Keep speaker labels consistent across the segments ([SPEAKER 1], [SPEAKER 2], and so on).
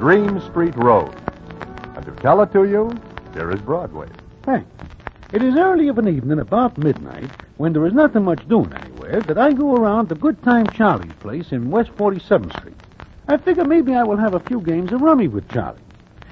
[SPEAKER 1] Green Street Road. And to tell it to you, here is Broadway.
[SPEAKER 2] Thanks. It is early of an evening, about midnight, when there is nothing much doing anywhere, that I go around to Good Time Charlie's place in West 47th Street. I figure maybe I will have a few games of rummy with Charlie.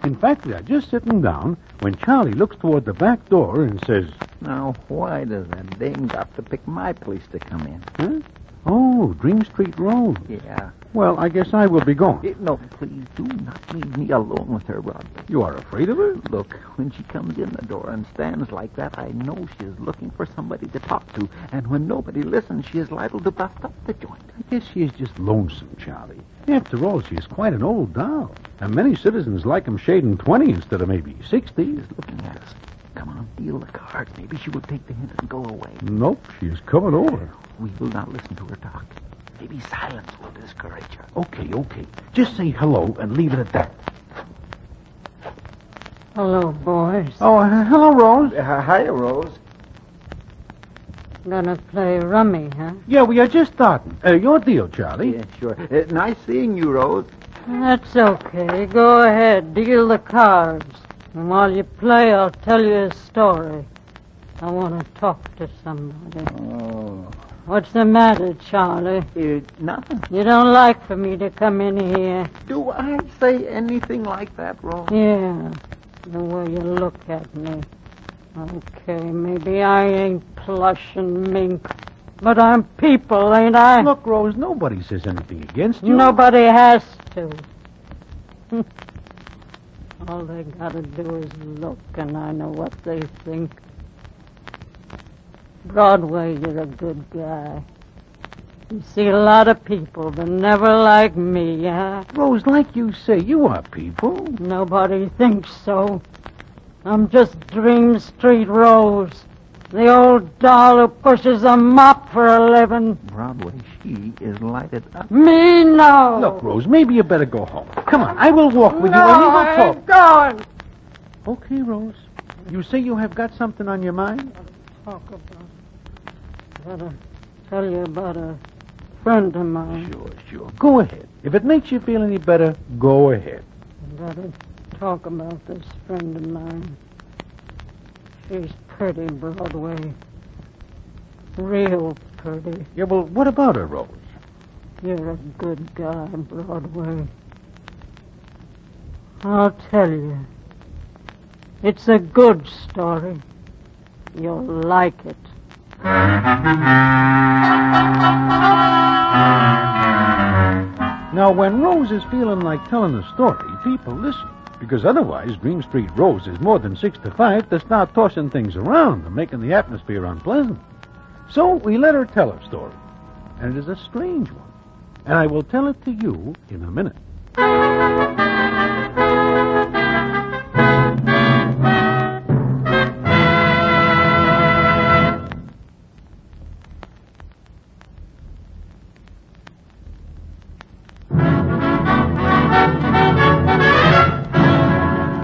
[SPEAKER 2] In fact, we are just sitting down when Charlie looks toward the back door and says,
[SPEAKER 3] Now, why does that dame got to pick my place to come in?
[SPEAKER 2] huh? Oh, Dream Street Road.
[SPEAKER 3] Yeah.
[SPEAKER 2] Well, I guess I will be going.
[SPEAKER 3] It, no, please do not leave me alone with her, Rodney.
[SPEAKER 2] You are afraid of her?
[SPEAKER 3] Look, when she comes in the door and stands like that, I know she is looking for somebody to talk to. And when nobody listens, she is liable to bust up the joint.
[SPEAKER 2] I guess she is just lonesome, Charlie. After all, she is quite an old doll. And many citizens like 'em shading 20 instead of maybe 60.
[SPEAKER 3] She's looking at us. Come on, deal the card. Maybe she will take the hint and go away.
[SPEAKER 2] Nope, she is coming over.
[SPEAKER 3] We will not listen to her talk. Maybe silence will discourage her.
[SPEAKER 2] Okay, okay. Just say hello and leave it at that.
[SPEAKER 4] Hello, boys.
[SPEAKER 2] Oh, uh, hello, Rose.
[SPEAKER 3] hi, Rose.
[SPEAKER 4] Gonna play rummy, huh?
[SPEAKER 2] Yeah, we are just starting. Uh, your deal, Charlie.
[SPEAKER 3] Yeah, sure. Uh, nice seeing you, Rose.
[SPEAKER 4] That's okay. Go ahead. Deal the cards. And while you play, I'll tell you a story. I want to talk to somebody.
[SPEAKER 3] Oh.
[SPEAKER 4] What's the matter, Charlie?
[SPEAKER 3] nothing.
[SPEAKER 4] You don't like for me to come in here?
[SPEAKER 3] Do I say anything like that, Rose?
[SPEAKER 4] Yeah. The way you look at me. Okay, maybe I ain't plush and mink, but I'm people, ain't I?
[SPEAKER 2] Look, Rose, nobody says anything against you.
[SPEAKER 4] Nobody has to. All they gotta do is look, and I know what they think. Broadway, you're a good guy. You see a lot of people, but never like me, huh?
[SPEAKER 2] Rose, like you say, you are people.
[SPEAKER 4] Nobody thinks so. I'm just Dream Street Rose, the old doll who pushes a mop for a living.
[SPEAKER 3] Broadway, she is lighted up.
[SPEAKER 4] Me, no.
[SPEAKER 2] Look, Oh, Rose, maybe you better go home. Come on, I will walk with
[SPEAKER 4] no,
[SPEAKER 2] you and we
[SPEAKER 4] I
[SPEAKER 2] will
[SPEAKER 4] ain't going.
[SPEAKER 2] talk. Okay, Rose. You say you have got something on your mind?
[SPEAKER 4] talk about. Gotta tell you about a friend of mine.
[SPEAKER 2] Sure, sure. Go ahead. If it makes you feel any better, go ahead.
[SPEAKER 4] Gotta talk about this friend of mine. She's pretty, Broadway. Real pretty.
[SPEAKER 2] Yeah, well, what about her, Rose?
[SPEAKER 4] You're a good guy, Broadway. I'll tell you. It's a good story. You'll like it.
[SPEAKER 2] Now, when Rose is feeling like telling a story, people listen. Because otherwise, Dream Street Rose is more than six to five to start tossing things around and making the atmosphere unpleasant. So we let her tell her story. And it is a strange one. And I will tell it to you in a minute.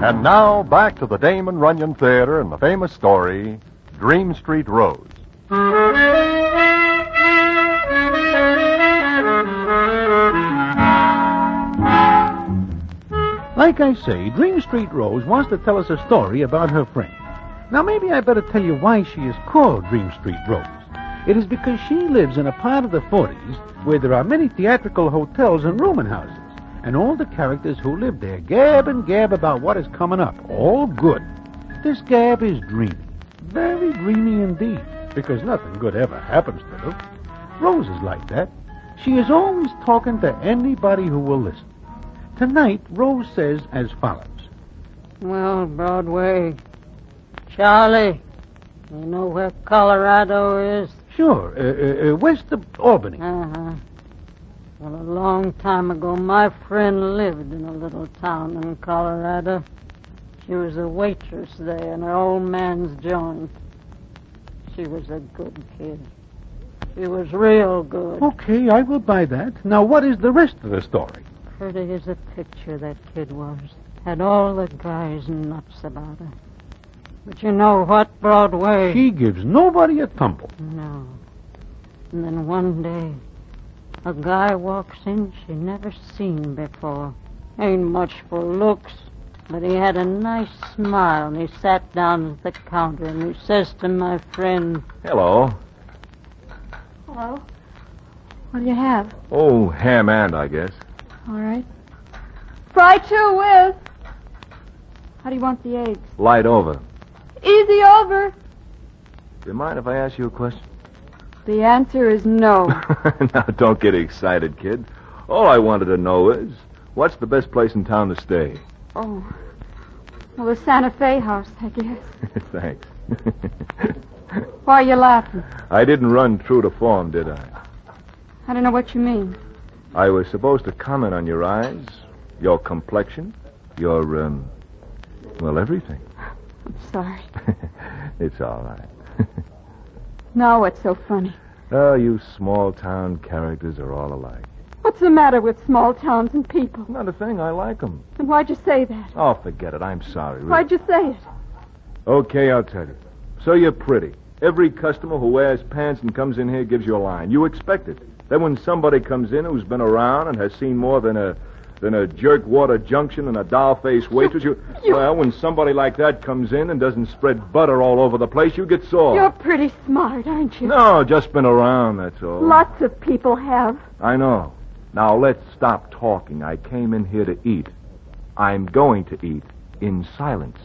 [SPEAKER 1] And now, back to the Damon Runyon Theater and the famous story, Dream Street Rose.
[SPEAKER 2] Like I say, Dream Street Rose wants to tell us a story about her friend. Now, maybe I better tell you why she is called Dream Street Rose. It is because she lives in a part of the 40s where there are many theatrical hotels and rooming houses,
[SPEAKER 3] and all the characters who live there gab and gab about what is coming up. All good. This gab is dreamy. Very dreamy indeed, because nothing good ever happens to them. Rose is like that. She is always talking to anybody who will listen. Tonight, Rose says as follows.
[SPEAKER 4] Well, Broadway, Charlie, you know where Colorado is?
[SPEAKER 3] Sure, uh, uh, uh, west of Albany.
[SPEAKER 4] Uh-huh. Well, a long time ago, my friend lived in a little town in Colorado. She was a waitress there in an old man's joint. She was a good kid. She was real good.
[SPEAKER 3] Okay, I will buy that. Now, what is the rest of the story?
[SPEAKER 4] Pretty as a picture that kid was. Had all the guys nuts about her. But you know what, Broadway?
[SPEAKER 3] She gives nobody a tumble.
[SPEAKER 4] No. And then one day, a guy walks in she never seen before. Ain't much for looks, but he had a nice smile, and he sat down at the counter, and he says to my friend,
[SPEAKER 2] Hello.
[SPEAKER 4] Hello? What do you have?
[SPEAKER 2] Oh, ham and I guess.
[SPEAKER 4] All right. Fry two with. How do you want the eggs?
[SPEAKER 2] Light over.
[SPEAKER 4] Easy over.
[SPEAKER 2] Do you mind if I ask you a question?
[SPEAKER 4] The answer is no.
[SPEAKER 2] now, don't get excited, kid. All I wanted to know is, what's the best place in town to stay?
[SPEAKER 4] oh. Well, the Santa Fe house, I guess.
[SPEAKER 2] Thanks.
[SPEAKER 4] Why are you laughing?
[SPEAKER 2] I didn't run true to form, did I?
[SPEAKER 4] I don't know what you mean.
[SPEAKER 2] I was supposed to comment on your eyes, your complexion, your, um, well, everything.
[SPEAKER 4] I'm sorry.
[SPEAKER 2] It's all right.
[SPEAKER 4] Now what's so funny?
[SPEAKER 2] Oh, you small town characters are all alike.
[SPEAKER 4] What's the matter with small towns and people?
[SPEAKER 2] Not a thing. I like them.
[SPEAKER 4] And why'd you say that?
[SPEAKER 2] Oh, forget it. I'm sorry. really.
[SPEAKER 4] Why'd you say it?
[SPEAKER 2] Okay, I'll tell you. So you're pretty. Every customer who wears pants and comes in here gives you a line. You expect it. Then when somebody comes in who's been around and has seen more than a than a jerk water junction and a doll face waitress, you, well, when somebody like that comes in and doesn't spread butter all over the place, you get sore.
[SPEAKER 4] You're pretty smart, aren't you?
[SPEAKER 2] Oh. No, just been around, that's all.
[SPEAKER 4] Lots of people have.
[SPEAKER 2] I know. Now let's stop talking. I came in here to eat. I'm going to eat in silence.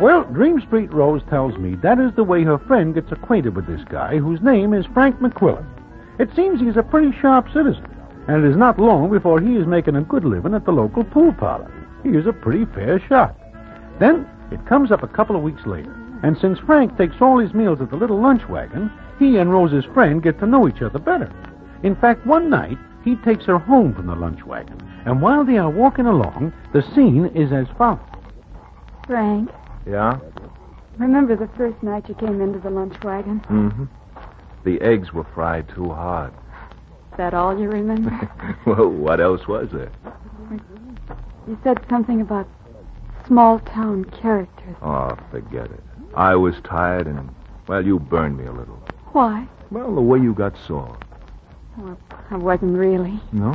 [SPEAKER 3] Well, Dream Street Rose tells me that is the way her friend gets acquainted with this guy, whose name is Frank McQuillan. It seems he's a pretty sharp citizen, and it is not long before he is making a good living at the local pool parlor. He is a pretty fair shot. Then it comes up a couple of weeks later, and since Frank takes all his meals at the little lunch wagon, he and Rose's friend get to know each other better. In fact, one night, he takes her home from the lunch wagon, and while they are walking along, the scene is as follows.
[SPEAKER 5] Frank,
[SPEAKER 2] Yeah?
[SPEAKER 5] remember the first night you came into the lunch wagon?
[SPEAKER 2] Mm-hmm. The eggs were fried too hard.
[SPEAKER 5] Is that all you remember?
[SPEAKER 2] well, Oh, what else was there?
[SPEAKER 5] you said something about small town characters.
[SPEAKER 2] Oh, forget it. I was tired and, well, you burned me a little.
[SPEAKER 5] Why?
[SPEAKER 2] Well, the way you got sore.
[SPEAKER 5] Well, I wasn't really.
[SPEAKER 2] No?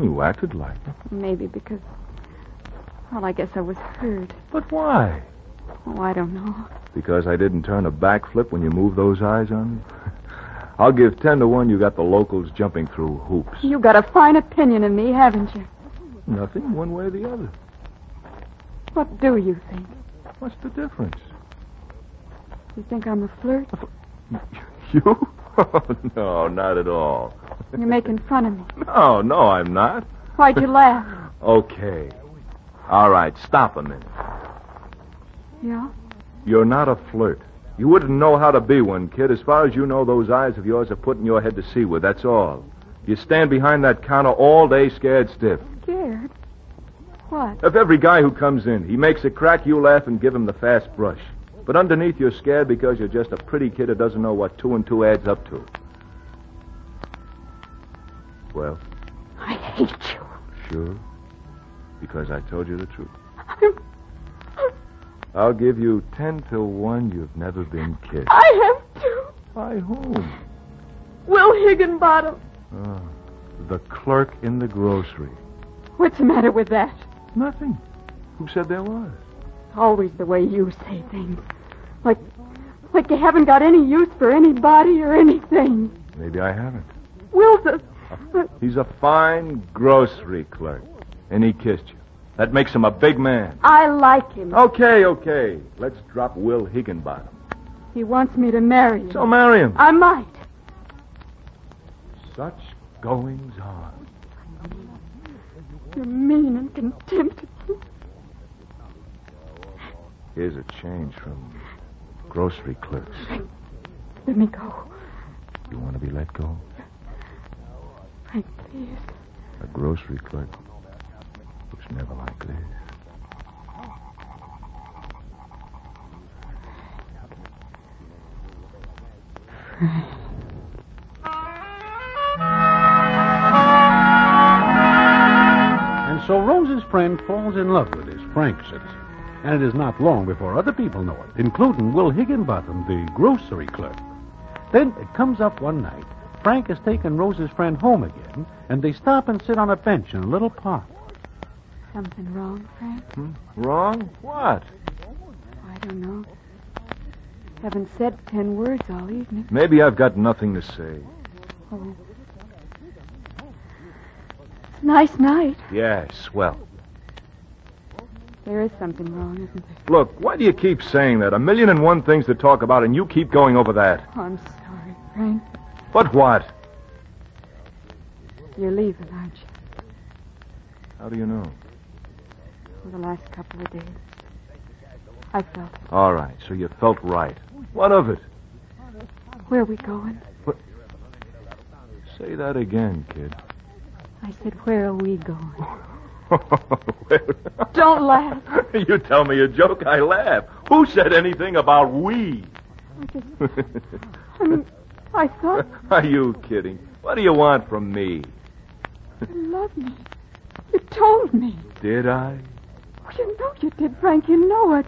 [SPEAKER 2] You acted like it.
[SPEAKER 5] Maybe because, well, I guess I was hurt.
[SPEAKER 2] But why?
[SPEAKER 5] Oh, I don't know.
[SPEAKER 2] Because I didn't turn a backflip when you moved those eyes on me? I'll give ten to one you got the locals jumping through hoops.
[SPEAKER 5] You got a fine opinion of me, haven't you?
[SPEAKER 2] Nothing one way or the other.
[SPEAKER 5] What do you think?
[SPEAKER 2] What's the difference?
[SPEAKER 5] You think I'm a flirt?
[SPEAKER 2] You? Oh, no, not at all.
[SPEAKER 5] You're making fun of me.
[SPEAKER 2] No, no, I'm not.
[SPEAKER 5] Why'd you laugh?
[SPEAKER 2] Okay. All right, stop a minute.
[SPEAKER 5] Yeah?
[SPEAKER 2] You're not a flirt. You wouldn't know how to be one, kid. As far as you know, those eyes of yours are putting your head to seaward, that's all. You stand behind that counter all day scared stiff.
[SPEAKER 5] Scared? What?
[SPEAKER 2] If every guy who comes in, he makes a crack, you laugh and give him the fast brush. But underneath, you're scared because you're just a pretty kid who doesn't know what two and two adds up to. Well,
[SPEAKER 5] I hate you.
[SPEAKER 2] sure. Because I told you the truth. I'll give you ten to one you've never been kissed.
[SPEAKER 5] I have to.
[SPEAKER 2] By whom?
[SPEAKER 5] Will Higginbottom.
[SPEAKER 2] The clerk in the grocery.
[SPEAKER 5] What's the matter with that?
[SPEAKER 2] Nothing. Who said there was?
[SPEAKER 5] Always the way you say things. Like Like you haven't got any use for anybody or anything.
[SPEAKER 2] Maybe I haven't.
[SPEAKER 5] Will's a.
[SPEAKER 2] He's a fine grocery clerk, and he kissed you. That makes him a big man.
[SPEAKER 5] I like him.
[SPEAKER 2] Okay, okay. Let's drop Will Higginbottom.
[SPEAKER 5] He wants me to marry him.
[SPEAKER 2] So marry him.
[SPEAKER 5] I might.
[SPEAKER 2] Such goings on.
[SPEAKER 5] You're mean and contemptible.
[SPEAKER 2] Here's a change from grocery clerks.
[SPEAKER 5] Let me go.
[SPEAKER 2] You want to be let go?
[SPEAKER 5] Frank, please.
[SPEAKER 2] A grocery clerk was never like this.
[SPEAKER 3] And so Rose's friend falls in love with this Frank citizen. And it is not long before other people know it, including Will Higginbotham, the grocery clerk. Then it comes up one night. Frank has taken Rose's friend home again, and they stop and sit on a bench in a little park.
[SPEAKER 5] Something wrong, Frank?
[SPEAKER 2] Wrong? What?
[SPEAKER 5] I don't know. Haven't said ten words all evening. Oh.
[SPEAKER 2] Maybe I've got nothing to say.
[SPEAKER 5] Nice night.
[SPEAKER 2] Yes, well.
[SPEAKER 5] There is something wrong, isn't there?
[SPEAKER 2] Look, why do you keep saying that? A million and one things to talk about, and you keep going over that.
[SPEAKER 5] Oh, I'm sorry, Frank.
[SPEAKER 2] But what?
[SPEAKER 5] You're leaving, aren't you?
[SPEAKER 2] How do you know?
[SPEAKER 5] For the last couple of days. I felt it.
[SPEAKER 2] All right, so you felt right. What of it?
[SPEAKER 5] Where are we going?
[SPEAKER 2] Say that again, kid.
[SPEAKER 5] I said, where are we going?
[SPEAKER 2] Well,
[SPEAKER 5] Don't laugh.
[SPEAKER 2] you tell me a joke, I laugh. Who said anything about we?
[SPEAKER 5] I just. I mean, I thought
[SPEAKER 2] Are you kidding? What do you want from me?
[SPEAKER 5] you loved me. You told me.
[SPEAKER 2] Did I?
[SPEAKER 5] Oh, you know you did, Frank. You know it.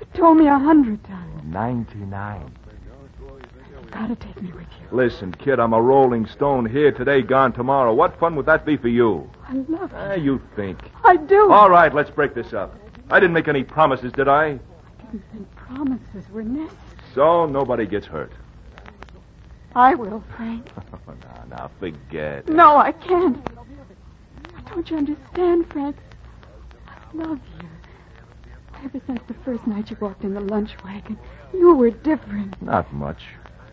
[SPEAKER 5] You told me a hundred times.
[SPEAKER 2] 99.
[SPEAKER 5] You gotta take me with you.
[SPEAKER 2] Listen, kid, I'm a rolling stone here today, gone tomorrow. What fun would that be for you?
[SPEAKER 5] I love you.
[SPEAKER 2] Ah, you think.
[SPEAKER 5] I do.
[SPEAKER 2] All right, let's break this up. I didn't make any promises, did I?
[SPEAKER 5] And promises were necessary.
[SPEAKER 2] So nobody gets hurt.
[SPEAKER 5] I will, Frank.
[SPEAKER 2] Oh, now, now, forget. it.
[SPEAKER 5] No, I can't. Don't you understand, Frank? I love you. Ever since the first night you walked in the lunch wagon, you were different.
[SPEAKER 2] Not much.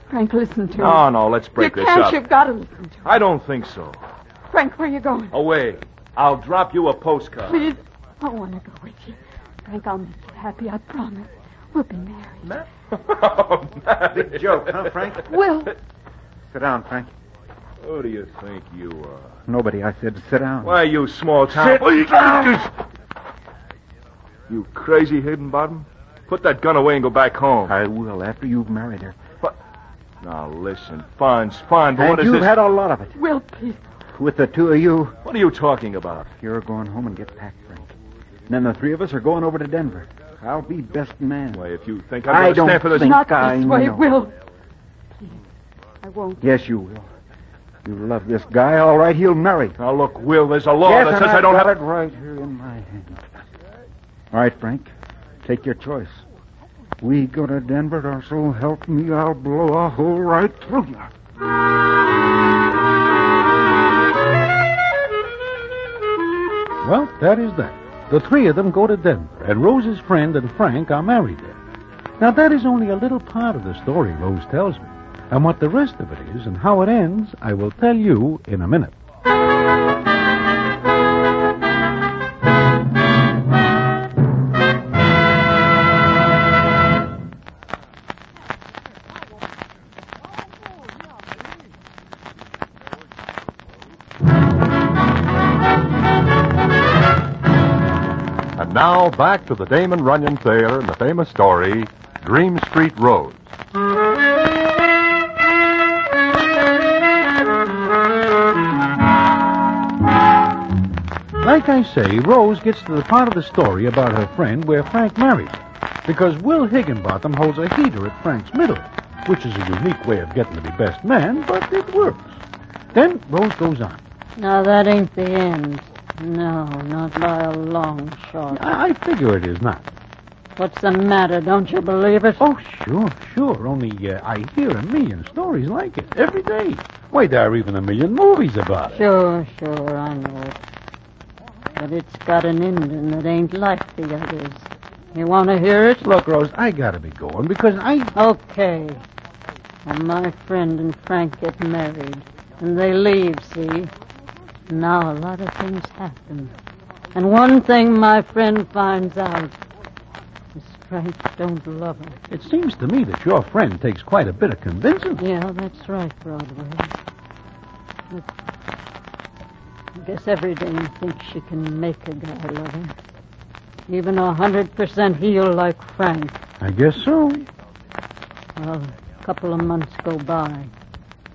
[SPEAKER 5] Frank, listen to me.
[SPEAKER 2] No, no, let's break
[SPEAKER 5] you
[SPEAKER 2] this
[SPEAKER 5] can't.
[SPEAKER 2] up.
[SPEAKER 5] You've got to listen to me.
[SPEAKER 2] I don't think so.
[SPEAKER 5] Frank, where are you going?
[SPEAKER 2] Away. I'll drop you a postcard.
[SPEAKER 5] Please, I want to go with you. Frank, I'll make you happy. I promise. We'll be married.
[SPEAKER 2] Big
[SPEAKER 6] Joke, huh, Frank?
[SPEAKER 5] Will,
[SPEAKER 6] Sit down, Frank.
[SPEAKER 2] Who do you think you are?
[SPEAKER 6] Nobody, I said, sit down.
[SPEAKER 2] Why, you small town. Sit down. You crazy hidden bottom. Put that gun away and go back home.
[SPEAKER 6] I will after you've married her.
[SPEAKER 2] Now listen, Fonz, Fonz, but
[SPEAKER 6] and
[SPEAKER 2] what is
[SPEAKER 6] you've
[SPEAKER 2] this?
[SPEAKER 6] had a lot of it.
[SPEAKER 5] Will, please.
[SPEAKER 6] With the two of you,
[SPEAKER 2] What are you talking about?
[SPEAKER 6] you're going home and get packed, Frank. And then the three of us are going over to Denver. I'll be best man.
[SPEAKER 2] Why, if you think
[SPEAKER 6] I
[SPEAKER 2] I'm
[SPEAKER 6] don't
[SPEAKER 2] going to stand for this,
[SPEAKER 6] think-
[SPEAKER 5] Not
[SPEAKER 6] I
[SPEAKER 5] this way,
[SPEAKER 6] know.
[SPEAKER 5] Will. Please, I won't.
[SPEAKER 6] Yes, you will. You love this guy, all right? He'll marry.
[SPEAKER 2] now look, Will, there's a law
[SPEAKER 6] yes,
[SPEAKER 2] that
[SPEAKER 6] and
[SPEAKER 2] says
[SPEAKER 6] I've
[SPEAKER 2] I don't
[SPEAKER 6] got
[SPEAKER 2] have
[SPEAKER 6] it right here in my hand. All right, Frank, take your choice. We go to Denver, or so help me, I'll blow a hole right through you.
[SPEAKER 3] Well, that is that. The three of them go to Denver, and Rose's friend and Frank are married there. Now, that is only a little part of the story Rose tells me. And what the rest of it is and how it ends, I will tell you in a minute.
[SPEAKER 7] And now back to the Damon Runyon Theater and the famous story, Dream Street Rose.
[SPEAKER 3] Like I say, Rose gets to the part of the story about her friend where Frank married her, because Will Higginbotham holds a heater at Frank's middle, which is a unique way of getting to be best man, but it works. Then Rose goes on.
[SPEAKER 4] Now, that ain't the end. No, not by a long shot.
[SPEAKER 3] I, I figure it is not.
[SPEAKER 4] What's the matter? Don't you believe it?
[SPEAKER 3] Oh, Sure, sure. Only uh, I hear a million stories like it every day. Why, there are even a million movies about it.
[SPEAKER 4] Sure, sure, I know it. But it's got an ending that ain't like the others. You want to hear it?
[SPEAKER 3] Look, Rose, I gotta be going because I.
[SPEAKER 4] Okay. When my friend and Frank get married, and they leave, see? Now a lot of things happen. And one thing my friend finds out is Frank don't love her.
[SPEAKER 3] It seems to me that your friend takes quite a bit of convincing.
[SPEAKER 4] Yeah, that's right, Broadway. Look, I guess every dame thinks she can make a guy love her. Even a hundred percent heel like Frank.
[SPEAKER 3] I guess so.
[SPEAKER 4] Well, a couple of months go by.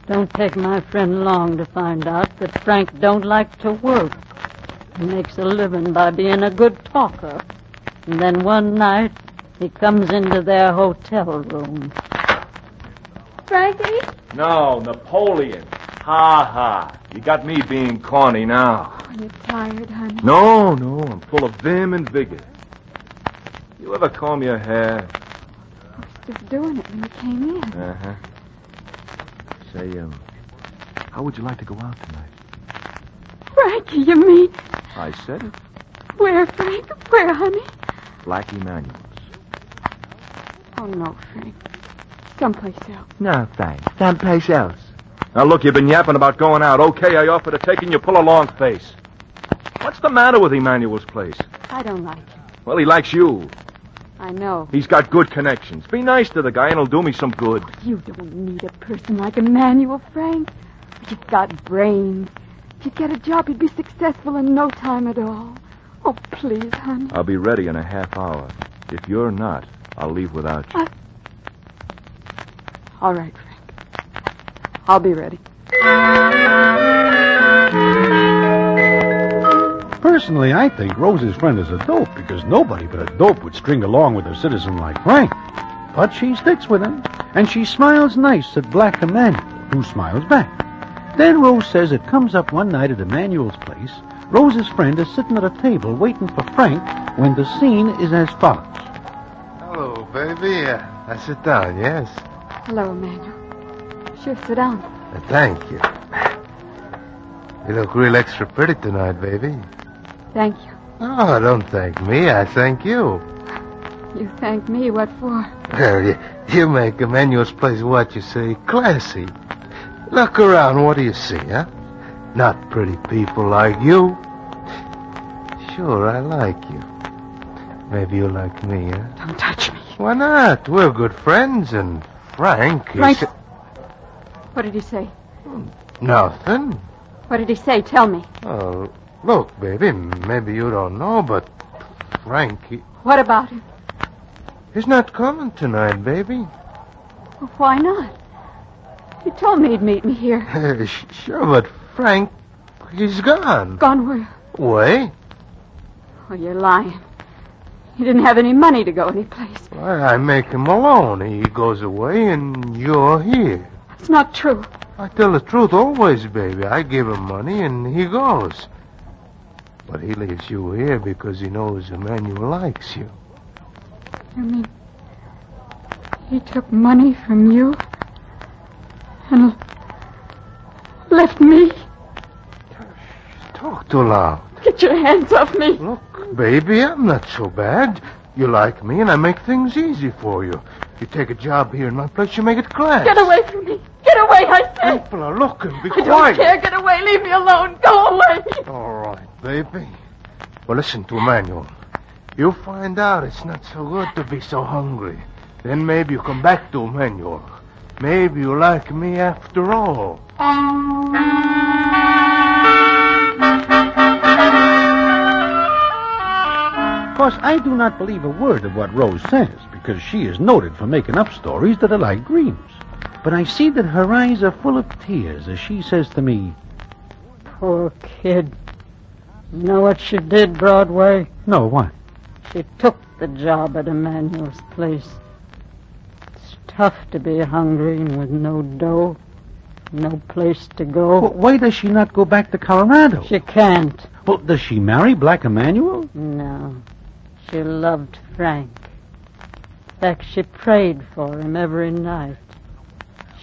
[SPEAKER 4] Don't take my friend long to find out that Frank don't like to work. He makes a living by being a good talker. And then one night, he comes into their hotel room.
[SPEAKER 5] Frankie?
[SPEAKER 2] No, Napoleon. Ha ha. You got me being corny now.
[SPEAKER 5] Are you tired, honey?
[SPEAKER 2] No, no, I'm full of vim and vigor. You ever comb your hair?
[SPEAKER 5] Just doing it when you came in.
[SPEAKER 2] Uh huh. Say, um, how would you like to go out tonight?
[SPEAKER 5] Frankie, you mean?
[SPEAKER 2] I said it.
[SPEAKER 5] Where, Frank? Where, honey?
[SPEAKER 2] Black Emanuel.
[SPEAKER 5] Oh, no, Frank. Someplace else.
[SPEAKER 2] No, thanks. Someplace else. Now look, you've been yapping about going out. Okay, I offer to take and you pull a long face. What's the matter with Emmanuel's place?
[SPEAKER 5] I don't like him.
[SPEAKER 2] Well, he likes you.
[SPEAKER 5] I know.
[SPEAKER 2] He's got good connections. Be nice to the guy and he'll do me some good.
[SPEAKER 5] You don't need a person like Emmanuel, Frank. You've got brains. If you get a job, you'd be successful in no time at all. Oh, please, honey.
[SPEAKER 2] I'll be ready in a half hour. If you're not, I'll leave without you.
[SPEAKER 5] All right, Frank. I'll be ready.
[SPEAKER 3] Personally, I think Rose's friend is a dope because nobody but a dope would string along with a citizen like Frank. But she sticks with him, and she smiles nice at Black Emmanuel, who smiles back. Then Rose says it comes up one night at Emmanuel's place. Rose's friend is sitting at a table waiting for Frank when the scene is as follows.
[SPEAKER 8] Hello, baby. Uh, I sit down, yes?
[SPEAKER 5] Hello, Emmanuel. Sure, sit down.
[SPEAKER 8] Uh, thank you. You look real extra pretty tonight, baby.
[SPEAKER 5] Thank you.
[SPEAKER 8] Oh, don't thank me. I thank you.
[SPEAKER 5] You thank me. What for?
[SPEAKER 8] Well, you, you make Emmanuel's place what you say classy. Look around. What do you see, huh? Not pretty people like you. Sure, I like you. Maybe you like me, huh?
[SPEAKER 5] Don't touch me.
[SPEAKER 8] Why not? We're good friends, and Frank is.
[SPEAKER 5] Frank- What did he say?
[SPEAKER 8] Nothing.
[SPEAKER 5] What did he say? Tell me.
[SPEAKER 8] Oh, look, baby, maybe you don't know, but Frank, he,
[SPEAKER 5] What about him?
[SPEAKER 8] he's not coming tonight, baby.
[SPEAKER 5] Well, why not? You told me he'd meet me here.
[SPEAKER 8] Sh- sure, but Frank, he's gone.
[SPEAKER 5] Gone where?
[SPEAKER 8] Way?
[SPEAKER 5] Oh, you're lying. You didn't have any money to go anyplace.
[SPEAKER 8] Well, I make him alone. He goes away, and you're here.
[SPEAKER 5] It's not true.
[SPEAKER 8] I tell the truth always, baby. I give him money, and he goes. But he leaves you here because he knows Emmanuel likes you.
[SPEAKER 5] You mean he took money from you and l- left me?
[SPEAKER 8] Talk too loud.
[SPEAKER 5] Get your hands off me.
[SPEAKER 8] Look. Baby, I'm not so bad. You like me, and I make things easy for you. You take a job here in my place, you make it class.
[SPEAKER 5] Get away from me. Get away, I say.
[SPEAKER 8] People are looking. Be
[SPEAKER 5] I don't
[SPEAKER 8] quiet.
[SPEAKER 5] care. Get away. Leave me alone. Go away.
[SPEAKER 8] All right, baby. Well, listen to Emmanuel. You find out it's not so good to be so hungry. Then maybe you come back to Emmanuel. Maybe you like me after all.
[SPEAKER 3] Of course, I do not believe a word of what Rose says because she is noted for making up stories that are like dreams. But I see that her eyes are full of tears as she says to me,
[SPEAKER 4] Poor kid. You know what she did, Broadway?
[SPEAKER 3] No, what?
[SPEAKER 4] She took the job at Emmanuel's place. It's tough to be hungry and with no dough, no place to go.
[SPEAKER 3] But why does she not go back to Colorado?
[SPEAKER 4] She can't.
[SPEAKER 3] Well, does she marry Black Emmanuel?
[SPEAKER 4] No. She loved Frank. fact, she prayed for him every night.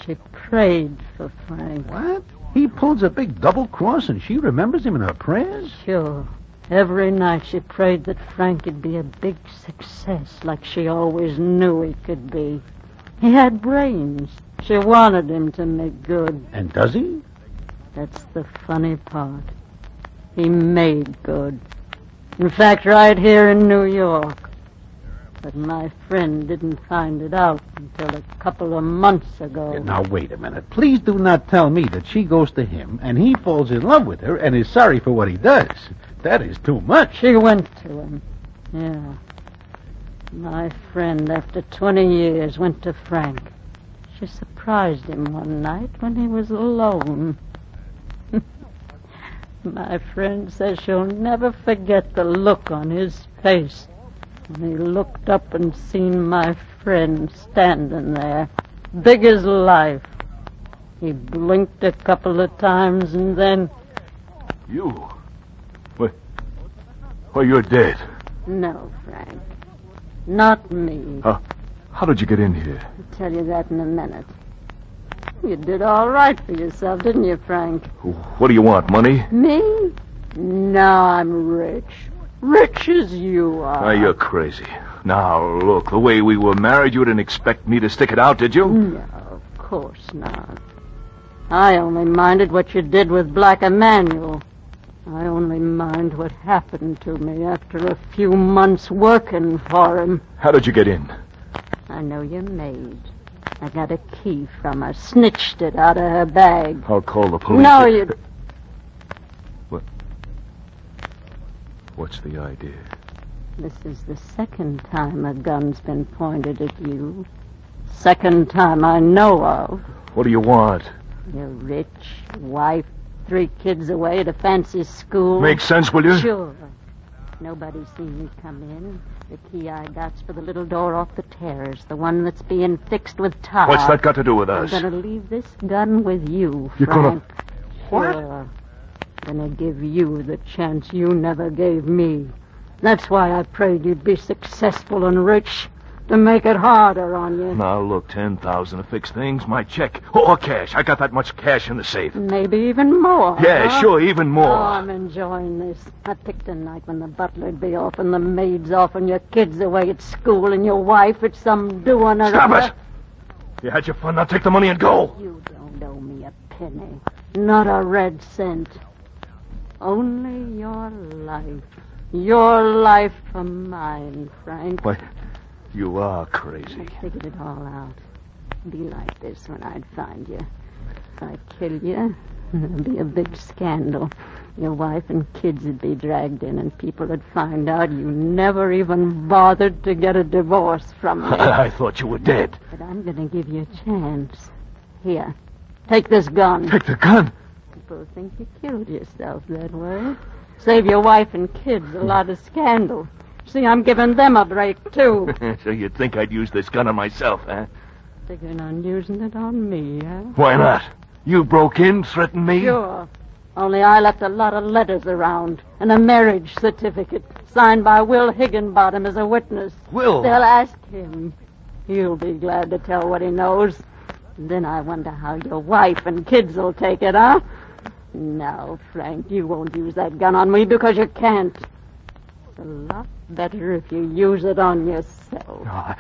[SPEAKER 4] She prayed for Frank.
[SPEAKER 3] What? He pulls a big double cross and she remembers him in her prayers?
[SPEAKER 4] Sure. Every night she prayed that Frank would be a big success, like she always knew he could be. He had brains. She wanted him to make good.
[SPEAKER 3] And does he?
[SPEAKER 4] That's the funny part. He made good. In fact, right here in New York. But my friend didn't find it out until a couple of months ago.
[SPEAKER 3] Now, wait a minute. Please do not tell me that she goes to him and he falls in love with her and is sorry for what he does. That is too much.
[SPEAKER 4] She went to him. Yeah. My friend, after 20 years, went to Frank. She surprised him one night when he was alone. My friend says she'll never forget the look on his face when he looked up and seen my friend standing there, big as life. He blinked a couple of times and then,
[SPEAKER 2] You. Well, well you're dead.
[SPEAKER 4] no, Frank, not me.
[SPEAKER 2] Huh? How did you get in here?
[SPEAKER 4] I'll tell you that in a minute. You did all right for yourself, didn't you, Frank?
[SPEAKER 2] What do you want, money?
[SPEAKER 4] Me? No, I'm rich. Rich as you are.
[SPEAKER 2] Ah, you're crazy. Now, look, the way we were married, you didn't expect me to stick it out, did you?
[SPEAKER 4] Mm. No. Of course not. I only minded what you did with Black Emmanuel. I only mind what happened to me after a few months working for him.
[SPEAKER 2] How did you get in?
[SPEAKER 4] I know your maid. I got a key from her, snitched it out of her bag.
[SPEAKER 2] I'll call the police.
[SPEAKER 4] No, you.
[SPEAKER 2] What's the idea?
[SPEAKER 4] This is the second time a gun's been pointed at you. Second time I know of.
[SPEAKER 2] What do you want?
[SPEAKER 4] You're rich, wife, three kids away at a fancy school.
[SPEAKER 2] Make sense, will you?
[SPEAKER 4] Sure. Nobody's seen me come in. The key I got's for the little door off the terrace, the one that's being fixed with tar.
[SPEAKER 2] What's that got to do with us?
[SPEAKER 4] I'm gonna leave this gun with you,
[SPEAKER 2] You're gonna-
[SPEAKER 4] Frank. What? Sure. Gonna give you the chance you never gave me. That's why I prayed you'd be successful and rich, to make it harder on you.
[SPEAKER 2] Now look, ten thousand to fix things. My check or cash. I got that much cash in the safe.
[SPEAKER 4] Maybe even more.
[SPEAKER 2] Yeah,
[SPEAKER 4] huh?
[SPEAKER 2] sure, even more.
[SPEAKER 4] Oh, I'm enjoying this. I picked a night when the butler'd be off and the maid's off and your kids away at school and your wife at some doing or
[SPEAKER 2] Stop
[SPEAKER 4] other.
[SPEAKER 2] You had your fun. Now take the money and go.
[SPEAKER 4] You don't owe me a penny, not a red cent. Only your life. Your life for mine, Frank.
[SPEAKER 2] What? You are crazy.
[SPEAKER 4] I figured it all out. Be like this when I'd find you. If I kill you, it'd be a big scandal. Your wife and kids would be dragged in, and people would find out you never even bothered to get a divorce from me.
[SPEAKER 2] I thought you were dead.
[SPEAKER 4] But I'm going to give you a chance. Here, take this gun. Take
[SPEAKER 2] the gun?
[SPEAKER 4] People think you killed yourself that way. Save your wife and kids a lot of scandal. See, I'm giving them a break, too.
[SPEAKER 2] Eh, so you'd think I'd use this gun on myself, huh?
[SPEAKER 4] Figuring on using it on me, huh?
[SPEAKER 2] Why not? You broke in, threatened me.
[SPEAKER 4] Sure. Only I left a lot of letters around and a marriage certificate signed by Will Higginbottom as a witness.
[SPEAKER 2] Will?
[SPEAKER 4] They'll ask him. He'll be glad to tell what he knows. And then I wonder how your wife and kids will take it, huh? No, Frank, you won't use that gun on me because you can't. A lot better if you use it on yourself.
[SPEAKER 2] I,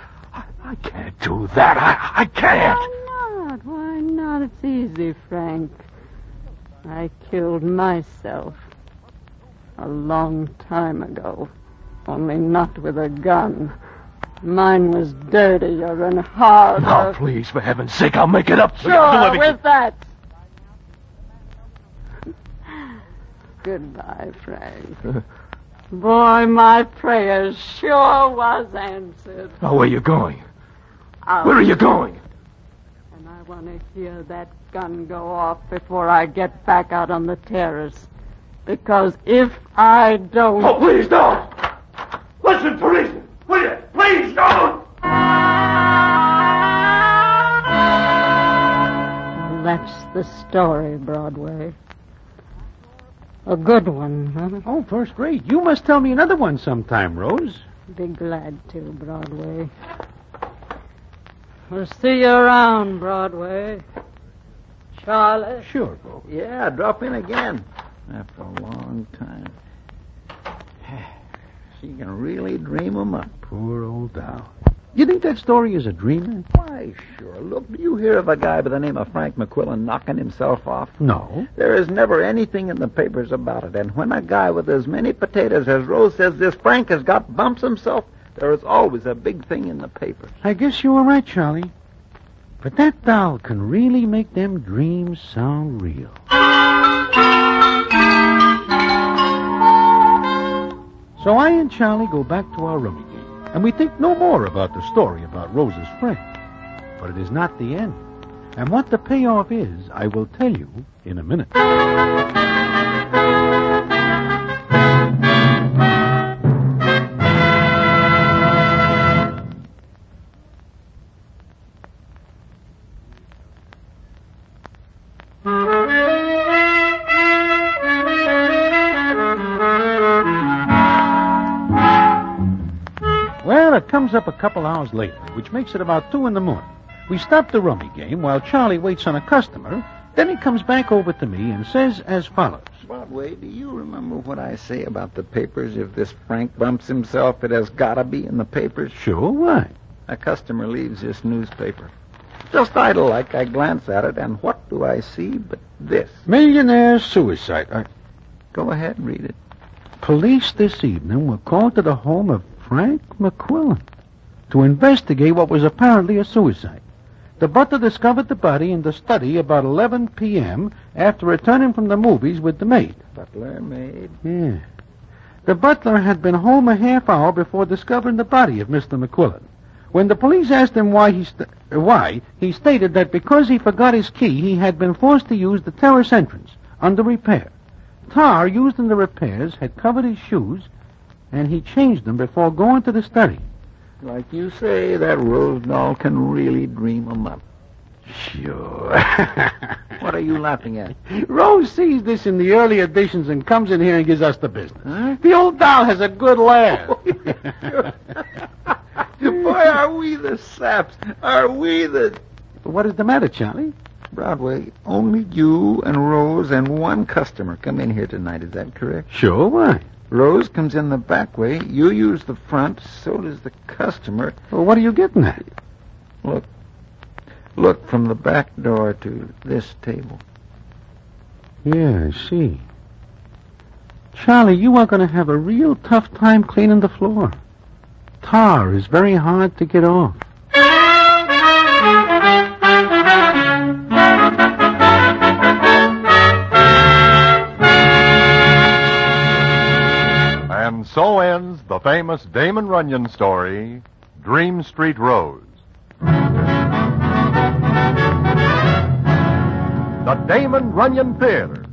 [SPEAKER 2] I can't do that. I, I can't.
[SPEAKER 3] Oh.
[SPEAKER 4] Why not? Why not? It's easy, Frank. I killed myself a long time ago, only not with a gun. Mine was dirtier and harder.
[SPEAKER 2] Now, Oh, please, for heaven's sake, I'll make it up to you. I'll do
[SPEAKER 4] Sure,
[SPEAKER 2] everything-
[SPEAKER 4] with that. Goodbye, Frank. Boy, my prayers sure was answered.
[SPEAKER 2] Now, where are you going?
[SPEAKER 4] Out.
[SPEAKER 2] Where are you going?
[SPEAKER 4] And I want to hear that gun go off before I get back out on the terrace. Because if I don't.
[SPEAKER 2] Oh, please don't! Listen, policeman! Will you? Please don't!
[SPEAKER 4] That's the story, Broadway. A good one, huh?
[SPEAKER 3] Oh, first rate. You must tell me another one sometime, Rose.
[SPEAKER 4] Be glad to, Broadway.
[SPEAKER 5] We'll see you around, Broadway. Charlie?
[SPEAKER 4] Sure, Bo. Yeah, drop in again. After a long time. She can really dream 'em up.
[SPEAKER 3] Poor old Dow. You think that story is a dreamer?
[SPEAKER 4] Why, sure. Look, do you hear of a guy by the name of Frank McQuillan knocking himself off?
[SPEAKER 3] No.
[SPEAKER 4] There is never anything in the papers about it. And when a guy with as many potatoes as Rose says this Frank has got bumps himself, there is always a big thing in the paper.
[SPEAKER 3] I guess you were right, Charlie. But that doll can really make them dreams sound real. So I and Charlie go back to our room again, and we think no more about the story about Rose's friend. But it is not the end. And what the payoff is, I will tell you in a minute. Well, it comes up a couple hours later, which makes it about two in the morning. We stop the rummy game while Charlie waits on a customer. Then he comes back over to me and says as follows.
[SPEAKER 4] Broadway, do you remember what I say about the papers? If this Frank bumps himself, it has got to be in the papers.
[SPEAKER 3] Sure, why?
[SPEAKER 4] A customer leaves this newspaper. Just idle like, I glance at it, and what do I see but this?
[SPEAKER 3] Millionaire suicide. I...
[SPEAKER 4] Go ahead, read it.
[SPEAKER 3] Police this evening were called to the home of Frank McQuillan to investigate what was apparently a suicide. The butler discovered the body in the study about 11 p.m. after returning from the movies with the maid.
[SPEAKER 4] Butler made.
[SPEAKER 3] Yeah. The butler had been home a half hour before discovering the body of Mr. McQuillan. When the police asked him why he st- uh, why, he stated that because he forgot his key, he had been forced to use the terrace entrance under repair. Tar used in the repairs had covered his shoes, and he changed them before going to the study.
[SPEAKER 4] Like you say, that Rose doll can really dream 'em up.
[SPEAKER 3] Sure.
[SPEAKER 4] What are you laughing at?
[SPEAKER 3] Rose sees this in the early editions and comes in here and gives us the business. The old doll has a good laugh.
[SPEAKER 4] Oh, Boy, are we the saps. Are we the...
[SPEAKER 3] what is the matter, Charlie?
[SPEAKER 4] Broadway, only you and Rose and one customer come in here tonight. Is that correct?
[SPEAKER 3] Sure, why?
[SPEAKER 4] Rose comes in the back way. You use the front. So does the customer.
[SPEAKER 3] Well, what are you getting at?
[SPEAKER 4] Look. Look from the back door to this table.
[SPEAKER 3] Yeah, I see. Charlie, you are going to have a real tough time cleaning the floor. Tar is very hard to get off.
[SPEAKER 2] And so ends the famous Damon Runyon story, Dream Street Rose. The Damon Runyon Theater.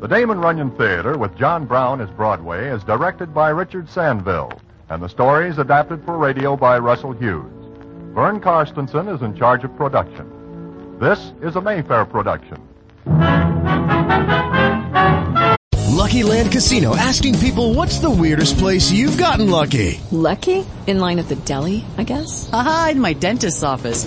[SPEAKER 2] The Damon Runyon Theater with John Brown as Broadway is directed by Richard Sandville, and the story is adapted for radio by Russell Hughes. Vern Karstensen is in charge of production. This is a Mayfair production.
[SPEAKER 9] Lucky Land Casino asking people what's the weirdest place you've gotten lucky?
[SPEAKER 10] Lucky? In line at the deli, I guess? Aha, in my dentist's office.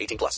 [SPEAKER 11] 18 plus.